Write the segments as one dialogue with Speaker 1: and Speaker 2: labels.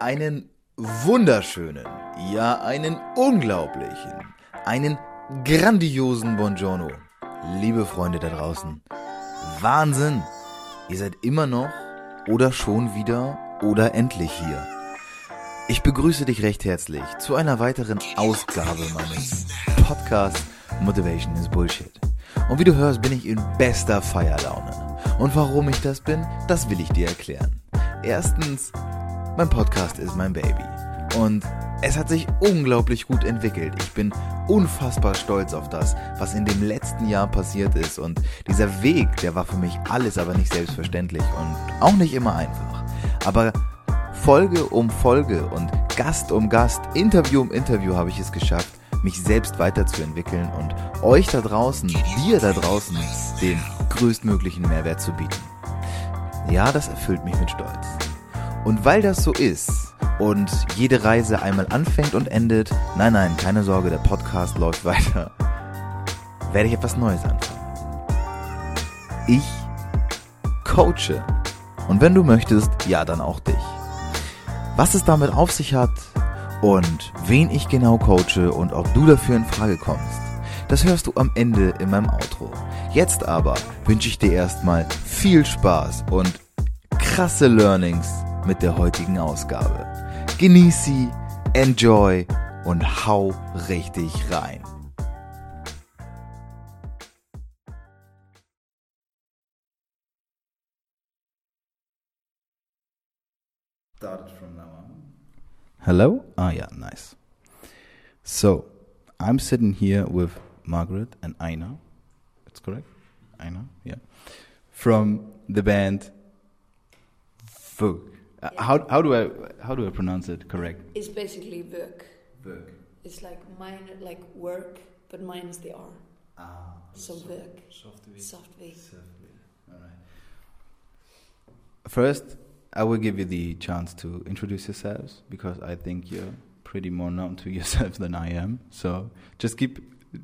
Speaker 1: einen wunderschönen, ja einen unglaublichen, einen grandiosen Buongiorno. Liebe Freunde da draußen, Wahnsinn! Ihr seid immer noch oder schon wieder oder endlich hier. Ich begrüße dich recht herzlich zu einer weiteren Ausgabe meines Podcasts Motivation is Bullshit. Und wie du hörst, bin ich in bester Feierlaune. Und warum ich das bin, das will ich dir erklären. Erstens, mein Podcast ist mein Baby. Und es hat sich unglaublich gut entwickelt. Ich bin unfassbar stolz auf das, was in dem letzten Jahr passiert ist. Und dieser Weg, der war für mich alles aber nicht selbstverständlich und auch nicht immer einfach. Aber Folge um Folge und Gast um Gast, Interview um Interview habe ich es geschafft, mich selbst weiterzuentwickeln und euch da draußen, dir da draußen, den größtmöglichen Mehrwert zu bieten. Ja, das erfüllt mich mit Stolz. Und weil das so ist und jede Reise einmal anfängt und endet, nein, nein, keine Sorge, der Podcast läuft weiter, werde ich etwas Neues anfangen. Ich coache. Und wenn du möchtest, ja, dann auch dich. Was es damit auf sich hat und wen ich genau coache und ob du dafür in Frage kommst, das hörst du am Ende in meinem Outro. Jetzt aber wünsche ich dir erstmal viel Spaß und krasse Learnings mit der heutigen Ausgabe. Genieß sie, enjoy und hau richtig rein. Hello? Ah, yeah, nice. So, I'm sitting here with Margaret and Aina. That's correct? Aina, yeah. From the band Vogue. Uh, How, how do I how do I pronounce it correct?
Speaker 2: It's basically work.
Speaker 1: Vogue.
Speaker 2: It's like minor, like work, but minus the R.
Speaker 1: Ah,
Speaker 2: So work, soft V.
Speaker 3: First, I will give you the chance to introduce yourselves because I think you're pretty more known to yourself than I am. So just keep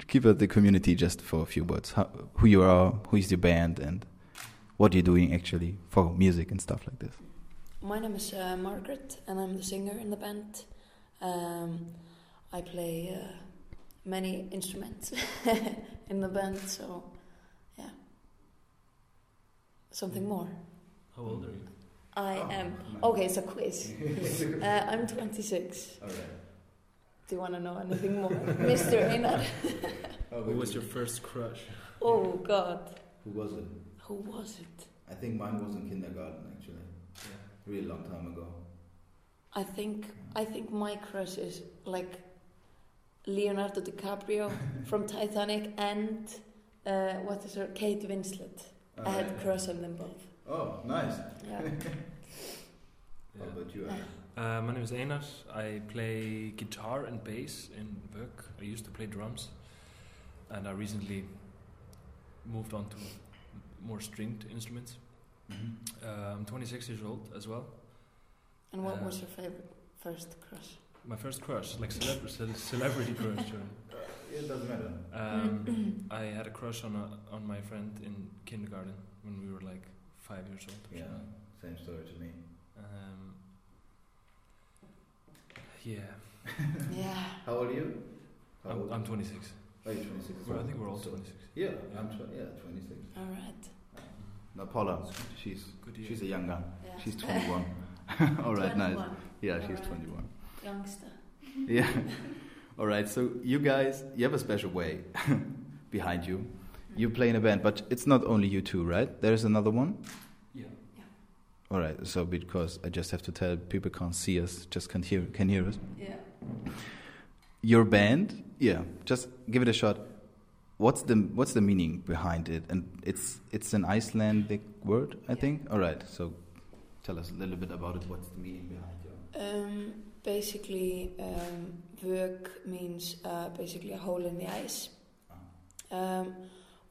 Speaker 3: keep at the community just for a few words. How, who you are, who is your band, and what you're doing actually for music and stuff like this.
Speaker 2: My name is uh, Margaret, and I'm the singer in the band. Um, I play uh, many instruments in the band, so yeah. Something more.
Speaker 4: How old are you?
Speaker 2: I
Speaker 1: Oh.
Speaker 2: am okay. It's a quiz. uh, I'm 26.
Speaker 3: All right.
Speaker 2: Do you want to know anything more, Mr. Einar?
Speaker 4: Who was your first crush?
Speaker 2: Oh God,
Speaker 3: Who was it?
Speaker 2: who was it?
Speaker 3: I think mine was in kindergarten actually, really long time ago.
Speaker 2: I think I think my crush is like Leonardo DiCaprio from Titanic and uh, what is her Kate Winslet. I had
Speaker 1: Uh,
Speaker 2: a crush on them both.
Speaker 3: Oh, nice.
Speaker 2: Yeah.
Speaker 4: Yeah.
Speaker 3: about you?
Speaker 4: Uh, my name is Einar. I play guitar and bass in work. I used to play drums, and I recently moved on to more stringed instruments.
Speaker 3: Mm-hmm.
Speaker 4: Uh, I'm 26 years old as well.
Speaker 2: And what
Speaker 4: Uh,
Speaker 2: was your favorite first crush?
Speaker 4: My first crush, like celebra- cel- celebrity crush. you know.
Speaker 3: Uh, It doesn't matter.
Speaker 4: Um, I had a crush on a, on my friend in kindergarten when we were like five years old. Or
Speaker 3: Yeah.
Speaker 4: something.
Speaker 3: Same story to me.
Speaker 4: Um, yeah.
Speaker 2: yeah.
Speaker 3: How old are you? How
Speaker 4: I'm,
Speaker 3: old?
Speaker 4: I'm 26.
Speaker 3: Are you 26?
Speaker 4: We're- I think we're all
Speaker 3: So-
Speaker 4: 26.
Speaker 3: Yeah, I'm
Speaker 4: Yeah.
Speaker 3: tw- yeah 26.
Speaker 2: All right.
Speaker 3: No, Paula, she's
Speaker 4: Good year.
Speaker 3: she's a young gun.
Speaker 2: Yeah.
Speaker 3: She's 21. all right, nice.
Speaker 2: 21,
Speaker 3: Yeah, she's
Speaker 2: Alright.
Speaker 3: 21.
Speaker 2: Youngster.
Speaker 3: Yeah. all right. So you guys, you have a special way behind you. You play in a band, but it's not only you two, right? There's another one.
Speaker 4: yeah.
Speaker 3: All right. So because I just have to tell people can't see us, just can hear can hear us.
Speaker 2: Yeah.
Speaker 3: your band yeah just give it a shot what's the what's the meaning behind it and it's it's an icelandic word i
Speaker 2: Yeah.
Speaker 3: think all right so tell us a little bit about it what's the meaning behind it
Speaker 2: Um, basically, um, work means uh, basically a hole in the ice.
Speaker 3: Ah.
Speaker 2: Um,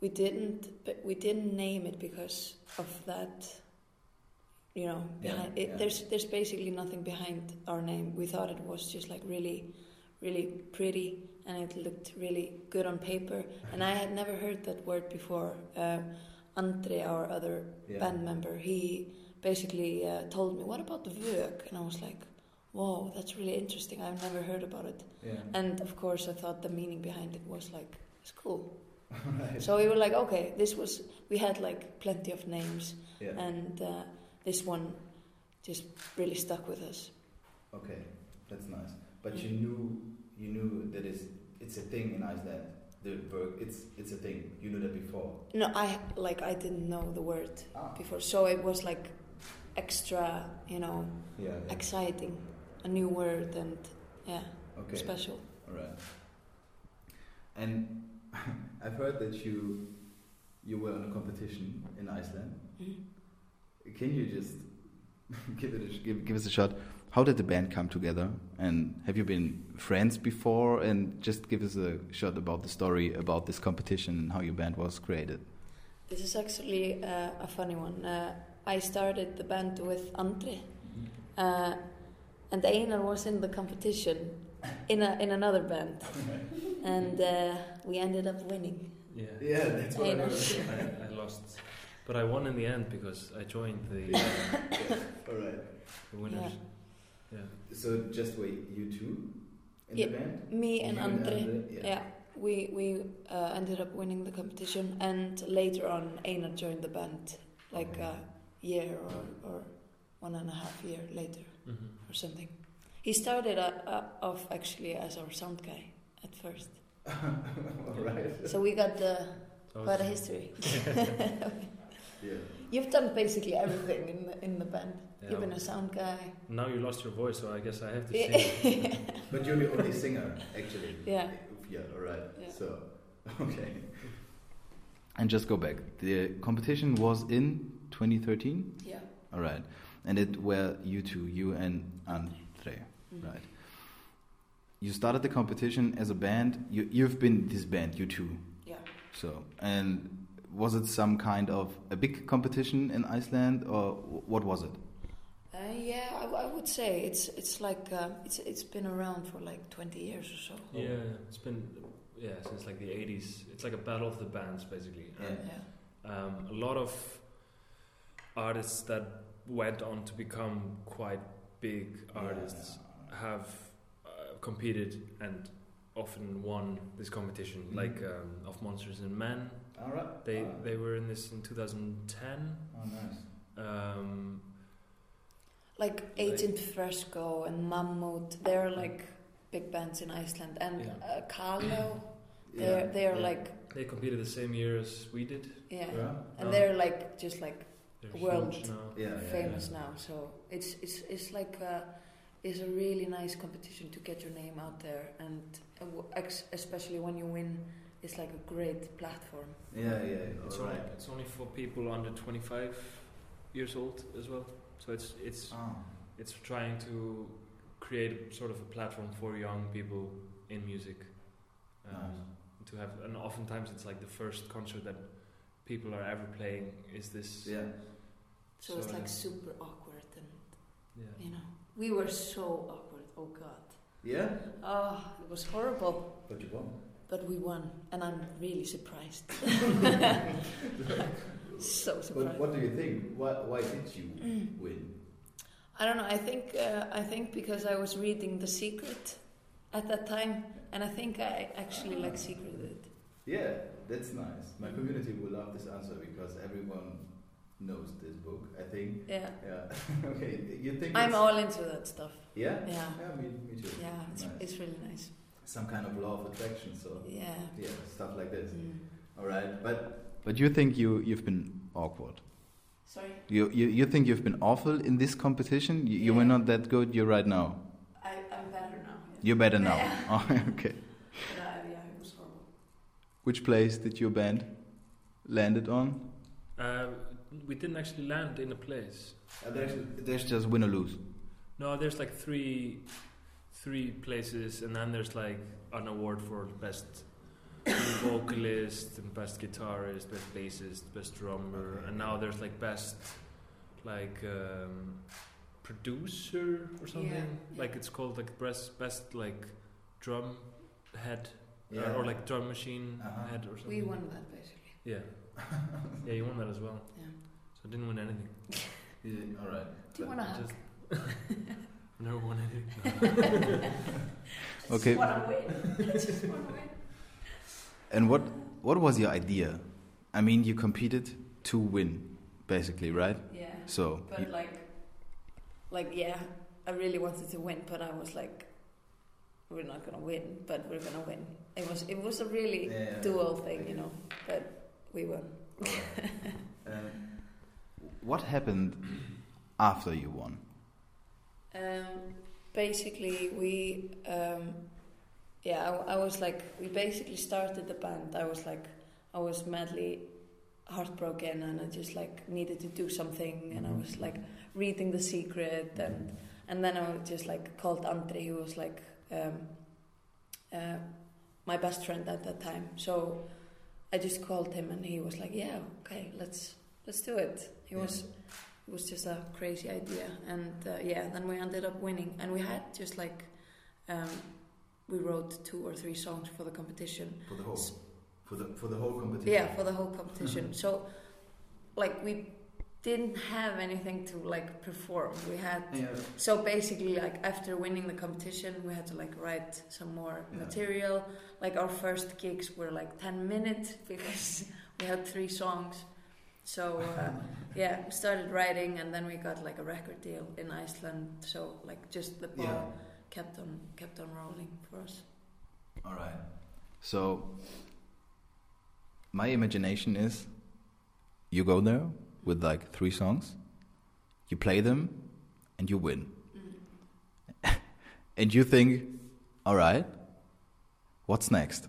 Speaker 2: we didn't, but we didn't name it because of that. You know,
Speaker 3: Yeah,
Speaker 2: behind it,
Speaker 3: yeah.
Speaker 2: there's there's basically nothing behind our name. We thought it was just like really, really pretty, and it looked really good on paper. And I had never heard that word before. Uh, Andre, our other
Speaker 3: yeah
Speaker 2: band member, he basically uh, told me, "What about the work?" And I was like, Whoa, that's really interesting. I've never heard about it.
Speaker 1: Yeah.
Speaker 2: And of course, I thought the meaning behind it was like, it's cool. So we were like, okay, this was, we had like plenty of names,
Speaker 1: yeah.
Speaker 2: and uh, this one just really stuck with us.
Speaker 1: Okay, that's nice. But you knew you knew that it's it's a thing in Iceland. The verb it's it's a thing. You knew that before.
Speaker 2: No, I like, I didn't know the word
Speaker 1: Ah.
Speaker 2: before, so it was like extra, you know,
Speaker 1: Yeah. yeah.
Speaker 2: exciting, a new word, and yeah,
Speaker 1: Okay.
Speaker 2: special.
Speaker 1: All right. And I've heard that you you were on a competition in Iceland.
Speaker 2: Mhm.
Speaker 1: Can you just give it a, sh- give, give us a shot? How did the band come together? And have you been friends before? And just give us a shot about the story about this competition and how your band was created.
Speaker 2: This is actually uh, a funny one. Uh, I started the band with Andre, uh, and Einar was in the competition in a, in another band, and uh, we ended up winning.
Speaker 4: Yeah.
Speaker 1: Yeah, that's what I
Speaker 2: Einar.
Speaker 1: heard.
Speaker 4: I, I lost, but I won in the end because I joined the,
Speaker 1: All right.
Speaker 4: the winners. Yeah.
Speaker 1: So just wait, you two in
Speaker 2: Yeah.
Speaker 1: the band?
Speaker 2: Me and
Speaker 1: You
Speaker 2: Andre,
Speaker 1: Yeah.
Speaker 2: yeah, we we uh, ended up winning the competition, and later on Einar joined the band, like a year or, or one and a half year later
Speaker 4: hmm
Speaker 2: or something. He started uh, uh, off actually as our sound guy at first.
Speaker 1: All right.
Speaker 2: So we got the
Speaker 4: So
Speaker 2: quite a
Speaker 4: it's-
Speaker 2: history.
Speaker 1: Yeah.
Speaker 2: You've done basically everything in the, in the band.
Speaker 4: yeah,
Speaker 2: You've been a sound guy.
Speaker 4: now you lost your voice, so I guess I have to sing.
Speaker 2: yeah.
Speaker 1: But you're the only singer, actually.
Speaker 2: Yeah.
Speaker 1: Yeah, all right.
Speaker 2: Yeah.
Speaker 1: So, okay. And just go back. The competition was in 2013. All right. And it were you two, you and Andre,
Speaker 2: Mhm.
Speaker 1: right? You started the competition as a band. You, you've been this band, you two.
Speaker 2: Yeah.
Speaker 1: So, and was it some kind of a big competition in Iceland, or wh- what was it?
Speaker 2: Uh, yeah, I, w- I would say it's it's like uh, it's it's been around for like 20 years or so.
Speaker 4: yeah, it's been yeah since like the 80s. It's like a battle of the bands basically. And
Speaker 1: Yeah.
Speaker 2: Yeah.
Speaker 4: um, a lot of artists that went on to become quite big artists have uh, competed and often won this competition
Speaker 1: Mhm.
Speaker 4: like um, of monsters and men
Speaker 1: All right.
Speaker 4: they they were in this in 2010
Speaker 1: Oh, nice.
Speaker 4: um,
Speaker 2: Like Agent Fresco and Mammut, they're like big bands in Iceland, and
Speaker 4: Yeah.
Speaker 2: uh, Kalo,
Speaker 1: Yeah.
Speaker 2: they're they're
Speaker 4: yeah.
Speaker 2: like
Speaker 4: they competed the same year as we did
Speaker 2: yeah,
Speaker 1: Yeah.
Speaker 2: and
Speaker 4: Um,
Speaker 2: they're like just like
Speaker 4: they're
Speaker 2: World.
Speaker 4: huge now
Speaker 1: Yeah, yeah,
Speaker 2: famous now. So it's it's it's like a, it's a really nice competition to get your name out there, and uh, w- ex- especially when you win, it's like a great platform.
Speaker 1: Yeah, yeah.
Speaker 4: it's,
Speaker 1: all
Speaker 4: only,
Speaker 1: right.
Speaker 4: it's only for people under 25 years old as well so it's it's
Speaker 1: Ah.
Speaker 4: it's trying to create sort of a platform for young people in music um, to have and oftentimes it's like the first concert that people are ever playing is this
Speaker 1: Yeah.
Speaker 2: So, it's
Speaker 4: So,
Speaker 2: like
Speaker 4: yeah.
Speaker 2: super awkward, and
Speaker 4: yeah.
Speaker 2: you know, we were so awkward. Oh God,
Speaker 1: Yeah.
Speaker 2: oh it was horrible.
Speaker 1: But you won.
Speaker 2: But we won, and I'm really surprised. so surprised.
Speaker 1: But what do you think? Why, why did you win?
Speaker 2: I don't know. I think uh, I think because I was reading The Secret at that time, and I think I actually like secreted.
Speaker 1: Yeah, that's nice. My community will love this answer because everyone knows this book. I think.
Speaker 2: Yeah,
Speaker 1: Yeah. okay. You think?
Speaker 2: I'm
Speaker 1: it's-
Speaker 2: all into that stuff.
Speaker 1: Yeah.
Speaker 2: Yeah,
Speaker 1: Yeah. Me, me too.
Speaker 2: yeah, it's,
Speaker 1: Nice.
Speaker 2: it's really nice.
Speaker 1: Some kind of law of attraction. So
Speaker 2: Yeah.
Speaker 1: yeah, stuff like this.
Speaker 2: Mm.
Speaker 1: All right. But. But you think you you've been awkward.
Speaker 2: Sorry,
Speaker 1: You, you you think you've been awful in this competition? You, you were
Speaker 2: Yeah.
Speaker 1: not that good. You're right now.
Speaker 2: I, I'm better now.
Speaker 1: You're better now.
Speaker 2: Yeah.
Speaker 1: Oh, okay.
Speaker 2: But I, yeah, it was horrible.
Speaker 1: Which place did your band landed on?
Speaker 4: Uh, we didn't actually land in a place
Speaker 1: there's, just win or lose.
Speaker 4: no there's like three three places and then there's like an award for the best vocalist and best guitarist best bassist best drummer
Speaker 1: Okay.
Speaker 4: and now there's like best like um, producer or something
Speaker 2: Yeah.
Speaker 4: like it's called like best best like drum head Uh, or like drum machine
Speaker 1: Uh-huh.
Speaker 4: head or something.
Speaker 2: We won that basically.
Speaker 4: Yeah. yeah, you won that as well.
Speaker 2: Yeah.
Speaker 4: So I didn't win anything.
Speaker 1: all right.
Speaker 2: Do you want to hug?
Speaker 4: Just never won anything.
Speaker 1: Okay. And what what was your idea? I mean, you competed to win, basically, right?
Speaker 2: Yeah.
Speaker 1: So
Speaker 2: But like, like yeah, I really wanted to win, but I was like, we're not gonna win, but we're gonna win. It was it was a really
Speaker 1: Yeah.
Speaker 2: dual thing, you know. But we won.
Speaker 1: Um, what happened after you won?
Speaker 2: Um, basically, we, um, yeah, I, I was like, we basically started the band. I was like, I was madly heartbroken and I just like needed to do something. And I was like reading The Secret. And, and then I was just like called Andre, who was like um, uh, my best friend at that time. So I just called him and he was like, yeah, okay, let's, let's do it. He
Speaker 1: Yeah.
Speaker 2: was it was just a crazy idea and uh, yeah then we ended up winning and we had just like um, we wrote two or three songs for the competition
Speaker 1: For the
Speaker 2: whole-
Speaker 1: for the for the whole competition.
Speaker 2: yeah for the whole competition so like we didn't have anything to like perform we had so basically like after winning the competition we had to like write some more
Speaker 1: Yeah.
Speaker 2: material like our first gigs were like 10 minutes because we had three songs so uh, yeah we started writing and then we got like a record deal in iceland so like just the ball
Speaker 1: Yeah.
Speaker 2: kept on kept on rolling for us
Speaker 1: All right. So my imagination is you go there with like three songs, you play them and you win.
Speaker 2: Mm,
Speaker 1: and you think, "All right. What's next?"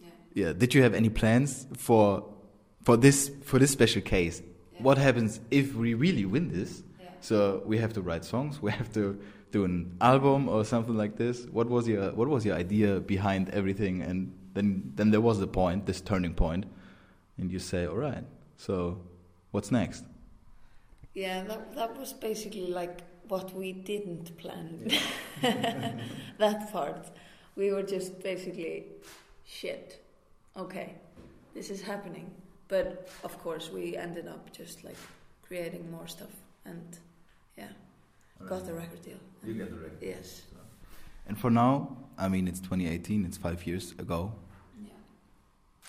Speaker 2: yeah
Speaker 1: Yeah, did you have any plans for for this for this special case?
Speaker 2: Yeah.
Speaker 1: What happens if we really win this?
Speaker 2: yeah
Speaker 1: So we have to write songs, we have to do an album or something like this. What was your what was your idea behind everything? And then then there was the point, this turning point, and you say, all right, so what's next?
Speaker 2: Yeah, that that was basically like what we didn't plan. that part, we were just basically, shit. Okay, this is happening. But of course, we ended up just like creating more stuff and yeah, got the record deal.
Speaker 1: get the record.
Speaker 2: Yes.
Speaker 1: And for now, I mean, it's 2018, it's five years ago.
Speaker 2: Yeah.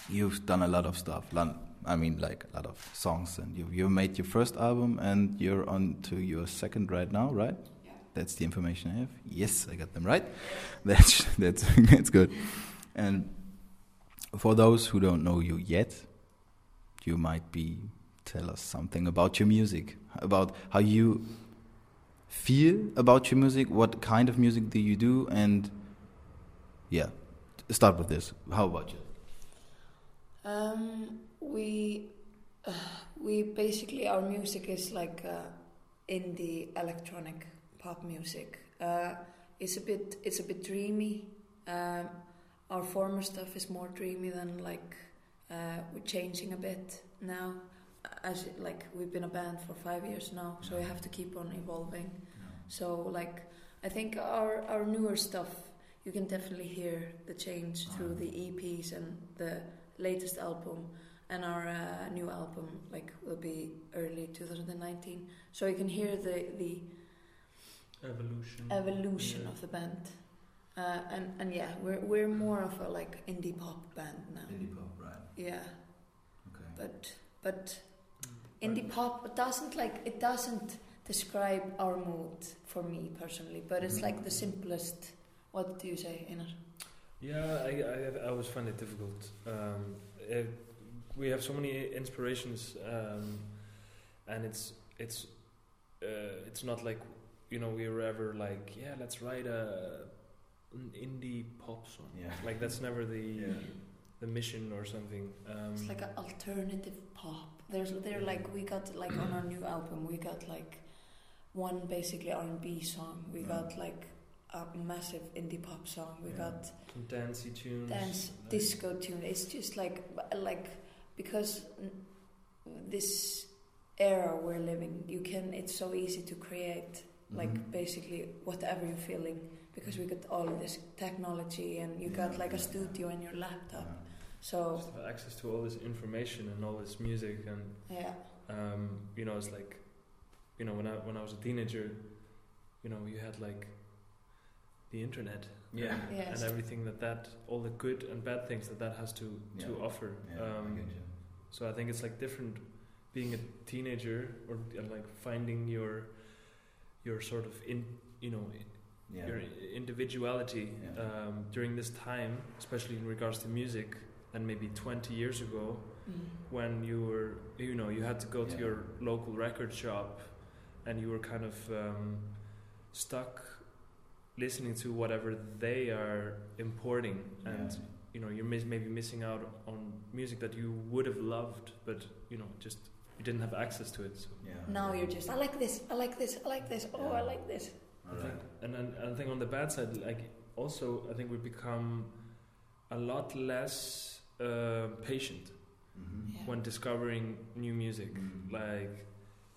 Speaker 1: You've done a lot of stuff. Lon- I mean, like a lot of songs, and you you made your first album, and you're on to your second right now, right?
Speaker 2: Yeah.
Speaker 1: That's the information I have. Yes, I got them right. That's that's that's good. And for those who don't know you yet, you might be tell us something about your music, about how you feel about your music, what kind of music do you do, and yeah, start with this. How about you?
Speaker 2: Um, we we basically our music is like uh, indie electronic pop music. Uh, it's a bit it's a bit dreamy. Um, our former stuff is more dreamy than like uh, we're changing a bit now. As it- like we've been a band for five years now, so we have to keep on evolving. So like I think our our newer stuff you can definitely hear the change through the EPs and the latest album and our uh, new album like will be early 2019 so you can hear the the
Speaker 4: Evolution.
Speaker 2: evolution
Speaker 4: Yeah.
Speaker 2: of the band uh, and and yeah we're we're more of a like indie pop band now
Speaker 1: Indie pop, right?
Speaker 2: yeah
Speaker 1: Okay.
Speaker 2: but but indie pop doesn't like it doesn't describe our mood for me personally but it's like the simplest what do you say Einar?
Speaker 4: Yeah, I, I, I always find it difficult. Um, it, we have so many inspirations, um, and it's it's uh, it's not like you know we were ever like yeah let's write a an indie pop song
Speaker 1: Yeah.
Speaker 4: like that's never the the mission or something. Um,
Speaker 2: It's like an alternative pop. There's they're like we got like on our new album we got like one basically R and B song. We got like a massive indie pop song. We
Speaker 1: Yeah.
Speaker 2: got
Speaker 4: some dancey tunes.
Speaker 2: dance
Speaker 4: like-
Speaker 2: disco tune. It's just like like because n- this era we're living, you can. It's so easy to create like
Speaker 1: Mhm.
Speaker 2: basically whatever you're feeling because we got all of this technology and you got
Speaker 1: Yeah,
Speaker 2: like a
Speaker 1: yeah, yeah.
Speaker 2: studio and your laptop.
Speaker 1: Yeah.
Speaker 2: So
Speaker 4: Just have access to all this information and all this music and
Speaker 2: yeah.
Speaker 4: um, you know, it's like, you know, when I when I was a teenager, you know, you had like the internet
Speaker 1: Yeah.
Speaker 4: and,
Speaker 2: Yes.
Speaker 4: and everything that that, all the good and bad things that that has to, to
Speaker 1: Yeah.
Speaker 4: offer. um, So I think it's like different being a teenager or uh, like finding your your sort of in you know
Speaker 1: yeah.
Speaker 4: your individuality
Speaker 1: Yeah.
Speaker 4: um, during this time, especially in regards to music, than maybe 20 years ago when you were you know you had to go to
Speaker 1: Yeah.
Speaker 4: your local record shop and you were kind of um, stuck listening to whatever they are importing and
Speaker 1: Yeah.
Speaker 4: you know you're mis- maybe missing out on music that you would have loved but you know just you didn't have access to it so
Speaker 1: Yeah.
Speaker 2: Now you're just, I like this, I like this, I like this, oh, I
Speaker 1: Yeah.
Speaker 2: like this.
Speaker 4: I
Speaker 1: All
Speaker 4: think,
Speaker 1: right.
Speaker 4: and then and I think on the bad side, like also I think we become a lot less uh, patient
Speaker 1: Mhm.
Speaker 2: Yeah.
Speaker 4: when discovering new music.
Speaker 1: Mhm.
Speaker 4: Like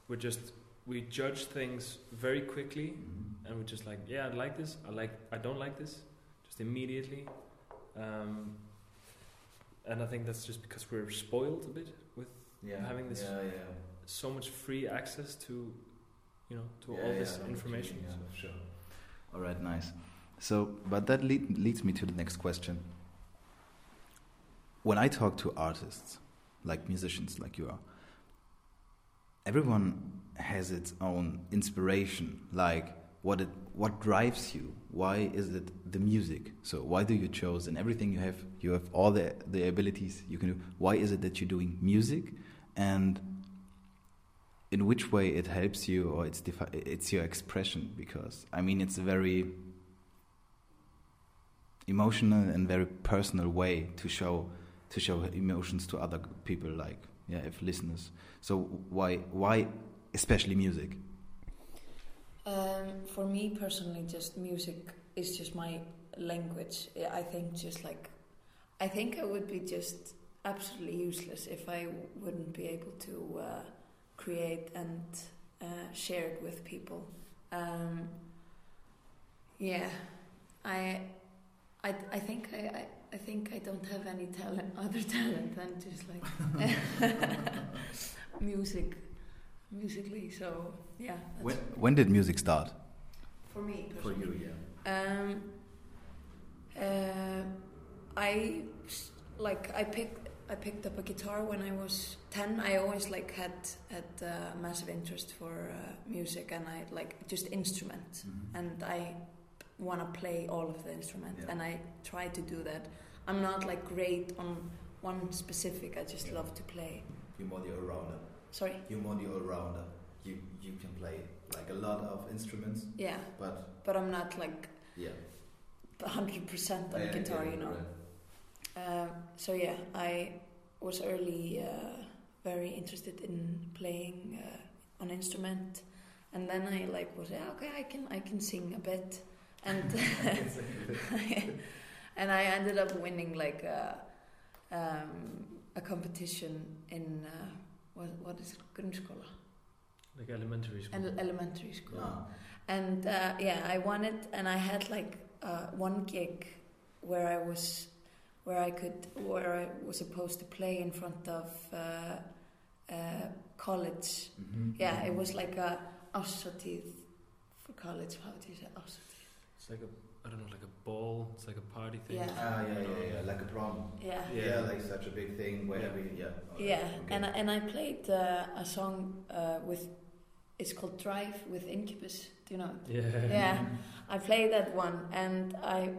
Speaker 4: we just we judge things very quickly,
Speaker 1: Mhm.
Speaker 4: and we're just like, yeah, I like this. I like I don't like this, just immediately. Um, and I think that's just because we're spoiled a bit with
Speaker 1: Yeah.
Speaker 4: having this-
Speaker 1: Yeah, yeah.
Speaker 4: so much free access to, you know, to
Speaker 1: Yeah,
Speaker 4: all
Speaker 1: yeah,
Speaker 4: this
Speaker 1: I know what you
Speaker 4: information.
Speaker 1: mean,
Speaker 4: So-
Speaker 1: yeah, sure. All right, nice. So, but that lead, leads me to the next question. When I talk to artists, like musicians, like you are, everyone has its own inspiration, like what it, what drives you. Why is it the music? So why do you chose and everything you have? You have all the the abilities you can do. Why is it that you're doing music, and in which way it helps you or it's defi- it's your expression because i mean it's a very emotional and very personal way to show to show emotions to other people like yeah if listeners so why why especially music
Speaker 2: Um, for me personally, just music is just my language. Yeah, I think just like, I think I would be just absolutely useless if I wouldn't be able to uh, create and uh, share it with people. Um, yeah, I, I, I think I, I, I think I don't have any talent, other talent than just like music, musically. So yeah. that's-
Speaker 1: when, when did music start
Speaker 2: for me, personally.
Speaker 1: yeah
Speaker 2: Um, uh, I s- like I picked I picked up a guitar when I was ten. I always like had had uh, massive interest for uh, music and I like just instruments and I want to play all of the instruments
Speaker 1: Yeah.
Speaker 2: and I try to do that. I'm not like great on one specific. I just
Speaker 1: Yeah.
Speaker 2: love to play.
Speaker 1: you're more the all-rounder
Speaker 2: Sorry.
Speaker 1: you're more the all-rounder you you can play like a lot of instruments
Speaker 2: Yeah,
Speaker 1: but
Speaker 2: but I'm not like
Speaker 1: yeah
Speaker 2: 100% on guitar, you know. Um, so yeah, I was early uh, very interested in playing uh, an instrument, and then I like was yeah, okay, I can I can sing a bit, and and I ended up winning like a um, a competition in uh, what what is it grundskola
Speaker 4: Like elementary school.
Speaker 2: and elementary school.
Speaker 1: Ah.
Speaker 2: And uh, yeah, I won it, and I had like uh, one gig where I was, where I could, where I was supposed to play in front of uh, uh, college. Yeah, it was like a Ásatíð for college. How do you say Ásatíð?
Speaker 4: It's like a I don't know, like a ball. It's like a party thing.
Speaker 2: Yeah.
Speaker 1: Ah, yeah, yeah, yeah, like a prom.
Speaker 2: Yeah.
Speaker 4: Yeah.
Speaker 1: Yeah, like such a big thing where
Speaker 4: Yeah.
Speaker 1: every yeah. all
Speaker 2: Yeah,
Speaker 1: right, okay.
Speaker 2: and I, and I played uh, a song uh, with, it's called Drive with Incubus. Do you know it?
Speaker 4: Yeah.
Speaker 1: Mm-hmm.
Speaker 2: Yeah, I played that one and I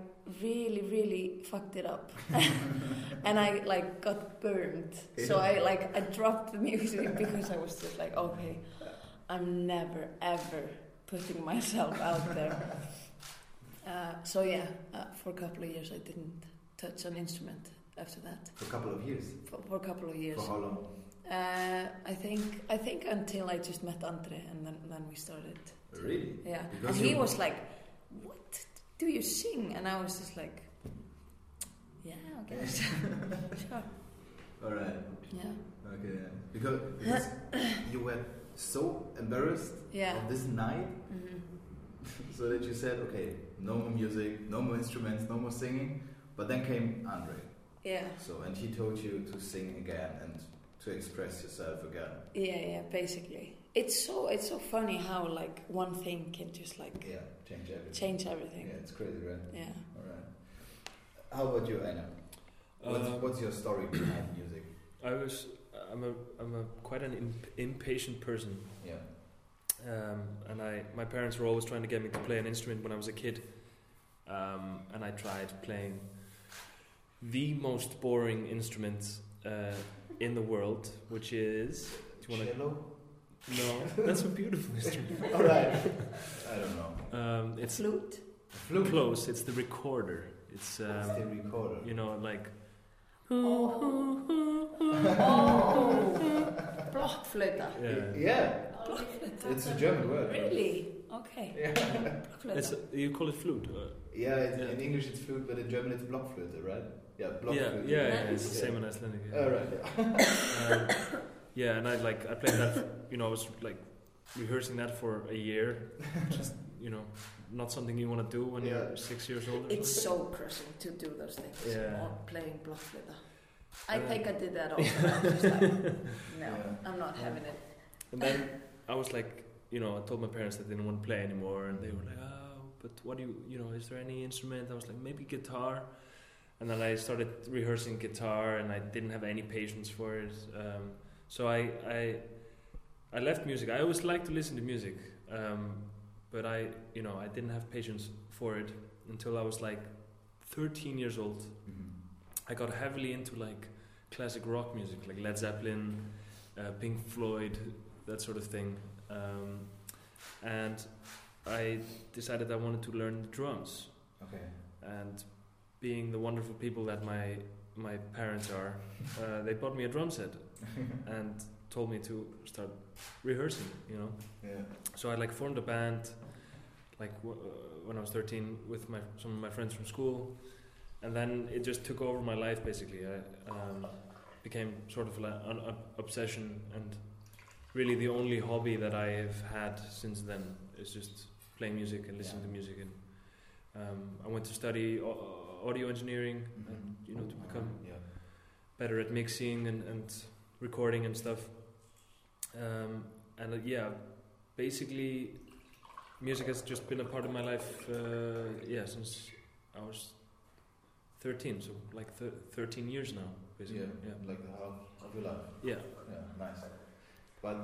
Speaker 2: really, really fucked it up. and I like got burned. So I like I dropped the music because I was just like, okay, I'm never ever putting myself out there. Uh, so yeah, uh, for a couple of years I didn't touch an instrument after that.
Speaker 1: for a couple of years.
Speaker 2: For, for a couple of years,
Speaker 1: For how long?
Speaker 2: uh, I think I think until I just met Andre and then, then we started.
Speaker 1: Really?
Speaker 2: Yeah,
Speaker 1: Because
Speaker 2: and he
Speaker 1: you-
Speaker 2: was like, "What do you sing?" And I was just like, "Yeah, I guess, sure."
Speaker 1: All right.
Speaker 2: Yeah,
Speaker 1: Okay. Yeah. Because, because you were so embarrassed
Speaker 2: yeah,
Speaker 1: of this night,
Speaker 2: mhm.
Speaker 1: so that you said, okay, no more music, no more instruments, no more singing. But then came Andre.
Speaker 2: yeah,
Speaker 1: So and he told you to sing again and to express yourself again.
Speaker 2: yeah, yeah. Basically, It's so it's so funny how like one thing can just like
Speaker 1: Yeah, change everything.
Speaker 2: change everything.
Speaker 1: it's crazy, right?
Speaker 2: Yeah.
Speaker 1: All right. How about you, Aina? What's,
Speaker 4: Uh,
Speaker 1: what's your story behind music?
Speaker 4: I was I'm a I'm a quite an imp- impatient person,
Speaker 1: Yeah.
Speaker 4: um, and I my parents were always trying to get me to play an instrument when I was a kid, um, and I tried playing the most boring instrument uh, in the world, which is Do you wanna-
Speaker 1: Cello?
Speaker 4: no, that's a beautiful instrument.
Speaker 1: All right. I don't know.
Speaker 4: Um, it's
Speaker 2: Flute.
Speaker 1: Flute.
Speaker 4: close. It's the recorder. It's
Speaker 1: It's the
Speaker 4: um,
Speaker 1: recorder.
Speaker 4: you know like
Speaker 2: Oh. Blockflöte.
Speaker 4: yeah.
Speaker 1: Yeah,
Speaker 2: Blockflöte.
Speaker 1: it's a German word. right?
Speaker 2: Really? Okay.
Speaker 1: Yeah.
Speaker 2: Blockflöte.
Speaker 4: It's you call it flute. Uh,
Speaker 1: Yeah, it's,
Speaker 4: Yeah.
Speaker 1: in English it's flute, but in German it's blockflöte, right? Yeah,
Speaker 4: yeah,
Speaker 1: blockflöte.
Speaker 4: yeah, yeah,
Speaker 2: Yeah.
Speaker 4: it's the same in Icelandic. yeah.
Speaker 1: All right. Yeah.
Speaker 4: Um, yeah, and I like I played that. You know, I was like rehearsing that for a year. Just you know, not something you want to do when
Speaker 1: Yeah.
Speaker 4: you're six years old. Or
Speaker 2: It's
Speaker 4: something.
Speaker 2: so crushing to do those things.
Speaker 4: Yeah.
Speaker 2: Or playing blockflöte. I
Speaker 4: Yeah.
Speaker 2: think I did that also. I'm just like, no,
Speaker 1: Yeah.
Speaker 2: I'm not
Speaker 4: Yeah.
Speaker 2: having it.
Speaker 4: And then I was like, you know, I told my parents that I didn't want to play anymore, and they were like, oh, but what do you, you know, is there any instrument? I was like, maybe guitar. And then I started rehearsing guitar, and I didn't have any patience for it. Um, so I, I, I left music. I always liked to listen to music, um, but I, you know, I didn't have patience for it until I was like 13 years old.
Speaker 1: Mm-hmm.
Speaker 4: I got heavily into like classic rock music, like Led Zeppelin, uh, Pink Floyd, that sort of thing. Um, and I decided I wanted to learn the drums.
Speaker 1: Okay.
Speaker 4: And being the wonderful people that my my parents are, uh, they bought me a drum set and told me to start rehearsing. You know,
Speaker 1: yeah.
Speaker 4: so I like formed a band, like w- uh, when I was thirteen, with my some of my friends from school, and then it just took over my life basically. I um, became sort of like an ob- obsession, and really the only hobby that I have had since then is just playing music and listening
Speaker 1: Yeah.
Speaker 4: to music. And um, I went to study au- uh, audio engineering, and
Speaker 1: Mhm.
Speaker 4: Uh, you know to become
Speaker 1: Yeah.
Speaker 4: better at mixing and, and recording and stuff. Um, and uh, yeah, basically, music has just been a part of my life. Uh, yeah, since I was thirteen, so like th- thirteen years now,
Speaker 1: Yeah.
Speaker 4: basically.
Speaker 1: Like the half of your life.
Speaker 4: yeah.
Speaker 1: Yeah, nice. But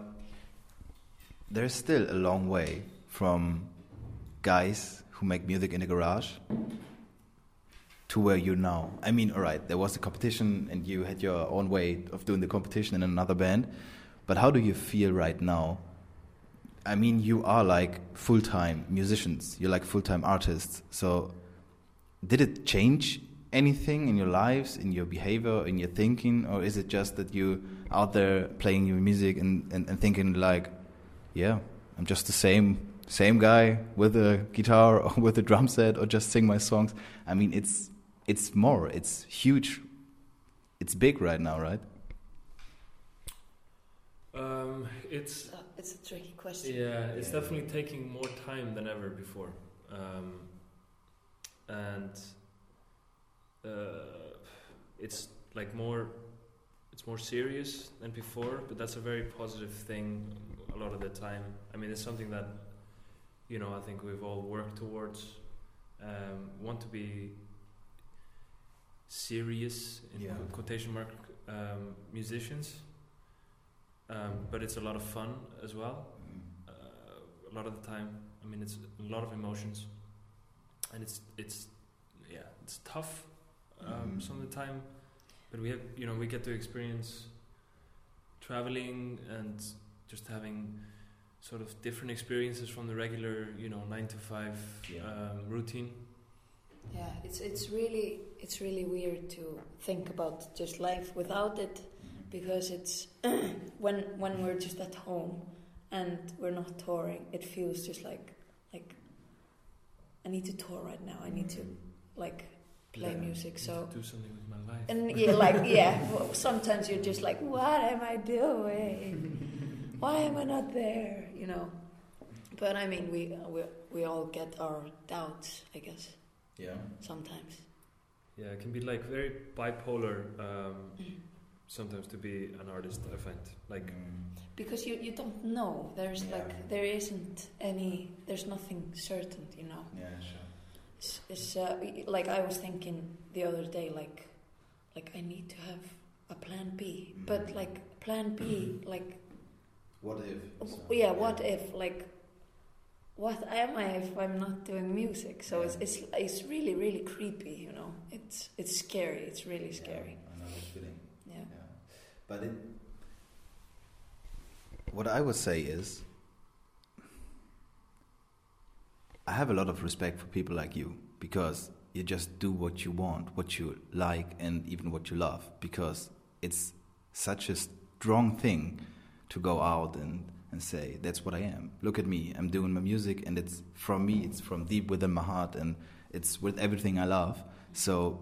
Speaker 1: there's still a long way from guys who make music in the garage to where you're now. I mean, all right, there was a competition and you had your own way of doing the competition in another band, but how do you feel right now? I mean, you are like full time musicians, you're like full time artists. So, did it change anything in your lives, in your behavior, in your thinking, or is it just that you out there playing your music and, and, and thinking like, yeah, I'm just the same same guy with a guitar or with a drum set or just sing my songs. I mean, it's it's more, it's huge, it's big right now, right?
Speaker 4: yeah. Um, it's
Speaker 2: So it's a tricky question.
Speaker 4: Yeah, it's
Speaker 1: Yeah.
Speaker 4: definitely taking more time than ever before, um, and uh, it's like more, it's more serious than before. But that's a very positive thing. A lot of the time, I mean, it's something that you know I think we've all worked towards. Um, want to be serious in
Speaker 1: Yeah.
Speaker 4: qu- quotation mark um, musicians, um, but it's a lot of fun as well uh, a lot of the time. I mean, it's a lot of emotions, and it's it's yeah, it's tough um,
Speaker 1: Mhm.
Speaker 4: some of the time. But we have you know we get to experience traveling and just having sort of different experiences from the regular you know nine to five
Speaker 1: Yeah.
Speaker 4: um, routine.
Speaker 2: Yeah, it's it's really it's really weird to think about just life without it because it's when when we're just at home and we're not touring, it feels just like like I need to tour right now. I need to like play
Speaker 4: Yeah.
Speaker 2: music. So
Speaker 4: do something with my life.
Speaker 2: and yeah, like yeah, w- sometimes you're just like, what am I doing? Why am I not there? You know. But I mean, we we we all get our doubts, I guess,
Speaker 1: Yeah.
Speaker 2: sometimes. Mm-hmm.
Speaker 4: yeah, it can be like very bipolar um, sometimes to be an artist. I find like
Speaker 1: mm,
Speaker 2: because you, you don't know there's
Speaker 1: Yeah.
Speaker 2: like there isn't any there's nothing certain you know
Speaker 1: yeah, sure.
Speaker 2: it's, it's uh, like i was thinking the other day like like i need to have a plan b but
Speaker 1: Mm.
Speaker 2: like plan b like
Speaker 1: What if?
Speaker 2: w- yeah what if like what am i if i'm not doing music so it's,
Speaker 1: Yeah.
Speaker 2: it's it's really really creepy you know it's it's scary it's really scary
Speaker 1: Yeah, another feeling.
Speaker 2: yeah,
Speaker 1: Yeah. But it, what I would say is, I have a lot of respect for people like you because you just do what you want, what you like, and even what you love because it's such a strong thing to go out and, and say, That's what I am. Look at me. I'm doing my music, and it's from me, it's from deep within my heart, and it's with everything I love. So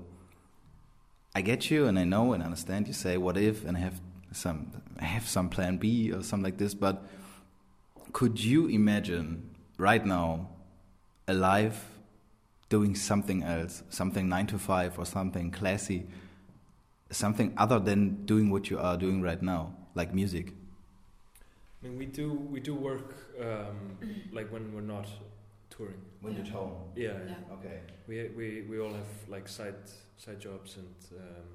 Speaker 1: I get you and I know and understand you say what if and I have some I have some plan B or something like this, but could you imagine right now a life doing something else, something nine to five or something classy, something other than doing what you are doing right now, like music?
Speaker 4: I mean we do we do work um, like when we're not touring.
Speaker 2: When you're at
Speaker 1: home.
Speaker 4: Yeah,
Speaker 2: Yeah.
Speaker 1: Okay.
Speaker 4: we we we all have like side side jobs and. Um,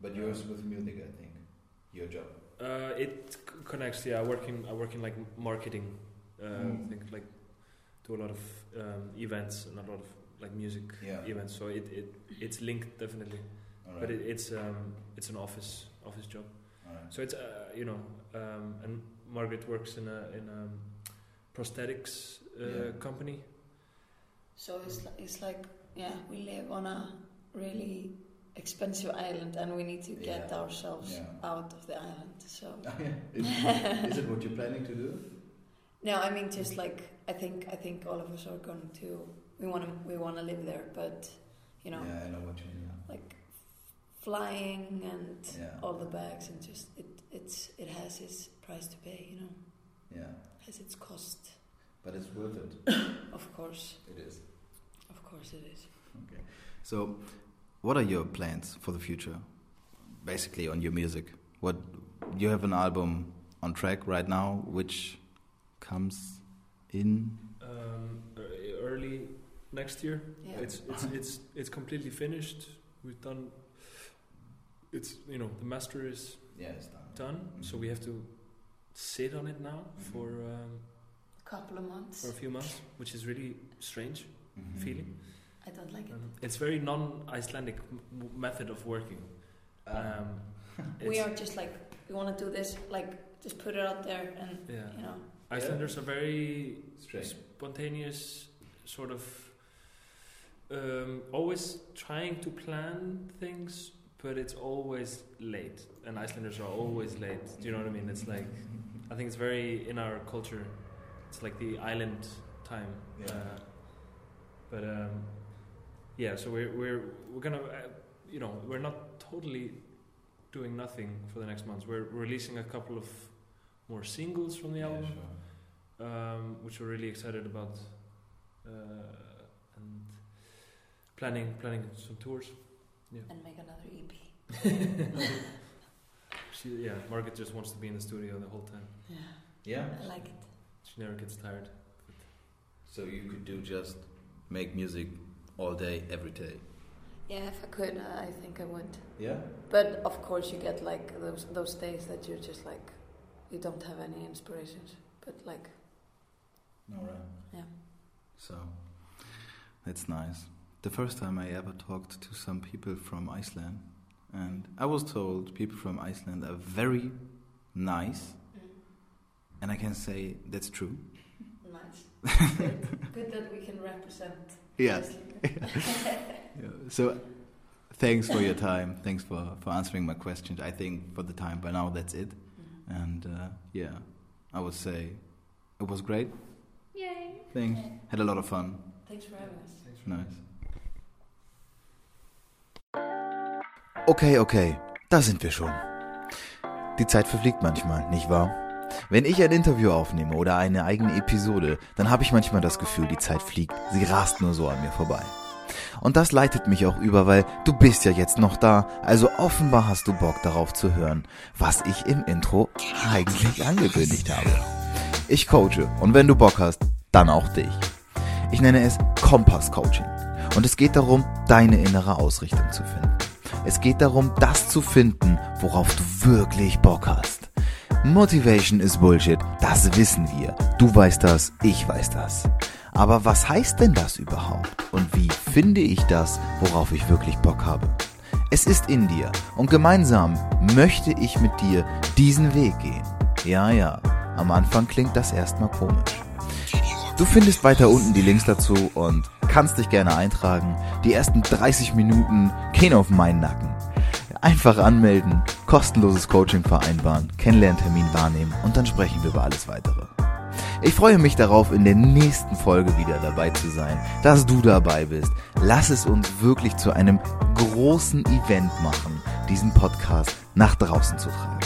Speaker 1: But
Speaker 4: yours
Speaker 1: with music I think. Your job.
Speaker 4: Uh, it c- connects. Yeah, I work in I work in like marketing. Uh,
Speaker 1: Mm.
Speaker 4: think, like do a lot of um, events and a lot of like music
Speaker 1: Yeah.
Speaker 4: events. So it, it it's linked definitely, but it, it's um, it's an office office job. So it's uh, you know um, and Margaret works in a in a prosthetics uh,
Speaker 1: Yeah.
Speaker 4: company.
Speaker 2: so it's, li- it's like yeah we live on a really expensive island and we need to get
Speaker 1: Yeah.
Speaker 2: ourselves
Speaker 1: Yeah.
Speaker 2: out of the island so
Speaker 1: is, it, is it what you're planning to do?
Speaker 2: No, I mean just like I think I think all of us are going to we want to we want to live there, but you know
Speaker 1: Yeah, I know what you mean.
Speaker 2: like flying and
Speaker 1: Yeah. Yeah.
Speaker 2: all the bags and just it it's it has its price to pay, you know,
Speaker 1: yeah.
Speaker 2: has its cost,
Speaker 1: But it's worth it.
Speaker 2: of course,
Speaker 1: It is.
Speaker 2: of course it is.
Speaker 1: So, what are your plans for the future? Basically, on your music. What you have an album on track right now, which comes in.
Speaker 4: Um, e- early next year,
Speaker 2: Yeah,
Speaker 4: it's it's it's it's completely finished. We've done. It's you know the master is
Speaker 1: Yeah, it's done.
Speaker 4: done, so we have to sit on it now for um,
Speaker 2: a couple of months.
Speaker 4: for a few months, which is really strange
Speaker 1: Mm-hmm.
Speaker 4: feeling.
Speaker 2: I don't like it.
Speaker 4: Um, it's very non-Icelandic m- m- method of working.
Speaker 1: Uh, Ah.
Speaker 4: Um,
Speaker 2: We
Speaker 4: it's-
Speaker 2: are just like we want to do this, like just put it out there and
Speaker 4: Yeah.
Speaker 2: you know
Speaker 4: Icelanders are very
Speaker 1: straight.
Speaker 4: spontaneous, sort of um, always trying to plan things, but it's always late. And Icelanders are always late. Do you know what I mean? It's like I think it's very in our culture. It's like the island time.
Speaker 1: Yeah.
Speaker 4: Uh, but um, yeah, so we're we're we're gonna uh, you know we're not totally doing nothing for the next months. We're releasing a couple of more singles from the album, um, which we're really excited about, uh, and planning planning some tours.
Speaker 2: and make another E EP.
Speaker 4: She, yeah, Margaret just wants to be in the studio the whole time.
Speaker 2: Yeah,
Speaker 1: Yeah.
Speaker 2: I like it.
Speaker 4: She never gets tired.
Speaker 1: So you could do just make music all day, every day.
Speaker 2: Yeah, if I could, uh, I think I would.
Speaker 1: Yeah.
Speaker 2: But of course, you get like those those days that you're just like, you don't have any inspirations. But like,
Speaker 1: All right.
Speaker 2: Yeah.
Speaker 1: So that's nice. The first time I ever talked to some people from Iceland, and I was told people from Iceland are very nice,
Speaker 2: Mm.
Speaker 1: and I can say that's true.
Speaker 2: nice. Good. Good that we can represent.
Speaker 1: Yes.
Speaker 2: Iceland.
Speaker 1: Yeah. So thanks for your time. Thanks for, for answering my questions. I think for the time by now, that's it.
Speaker 2: Mhm.
Speaker 1: And uh, yeah, I would say it was great.
Speaker 2: Yay!
Speaker 1: Thanks. Had a lot of fun.
Speaker 2: Thanks for having us.
Speaker 4: Thanks for
Speaker 1: Nice.
Speaker 5: Okay, okay, da sind wir schon. Die Zeit verfliegt manchmal, nicht wahr? Wenn ich ein Interview aufnehme oder eine eigene Episode, dann habe ich manchmal das Gefühl, die Zeit fliegt, sie rast nur so an mir vorbei.
Speaker 1: Und das leitet mich auch über, weil du bist ja jetzt noch da, also offenbar hast du Bock darauf zu hören, was ich im Intro eigentlich angekündigt habe. Ich coache und wenn du Bock hast, dann auch dich. Ich nenne es Kompass Coaching und es geht darum, deine innere Ausrichtung zu finden. Es geht darum, das zu finden, worauf du wirklich Bock hast. Motivation ist Bullshit, das wissen wir. Du weißt das, ich weiß das. Aber was heißt denn das überhaupt? Und wie finde ich das, worauf ich wirklich Bock habe? Es ist in dir und gemeinsam möchte ich mit dir diesen Weg gehen. Ja, ja, am Anfang klingt das erstmal komisch. Du findest weiter unten die Links dazu und kannst dich gerne eintragen. Die ersten 30 Minuten gehen auf meinen Nacken. Einfach anmelden, kostenloses Coaching vereinbaren, Kennenlerntermin wahrnehmen und dann sprechen wir über alles weitere. Ich freue mich darauf, in der nächsten Folge wieder dabei zu sein, dass du dabei bist. Lass es uns wirklich zu einem großen Event machen, diesen Podcast nach draußen zu tragen.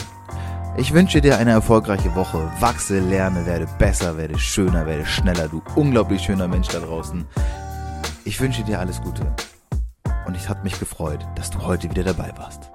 Speaker 1: Ich wünsche dir eine erfolgreiche Woche. Wachse, lerne, werde besser, werde schöner, werde schneller, du unglaublich schöner Mensch da draußen. Ich wünsche dir alles Gute. Und es hat mich gefreut, dass du heute wieder dabei warst.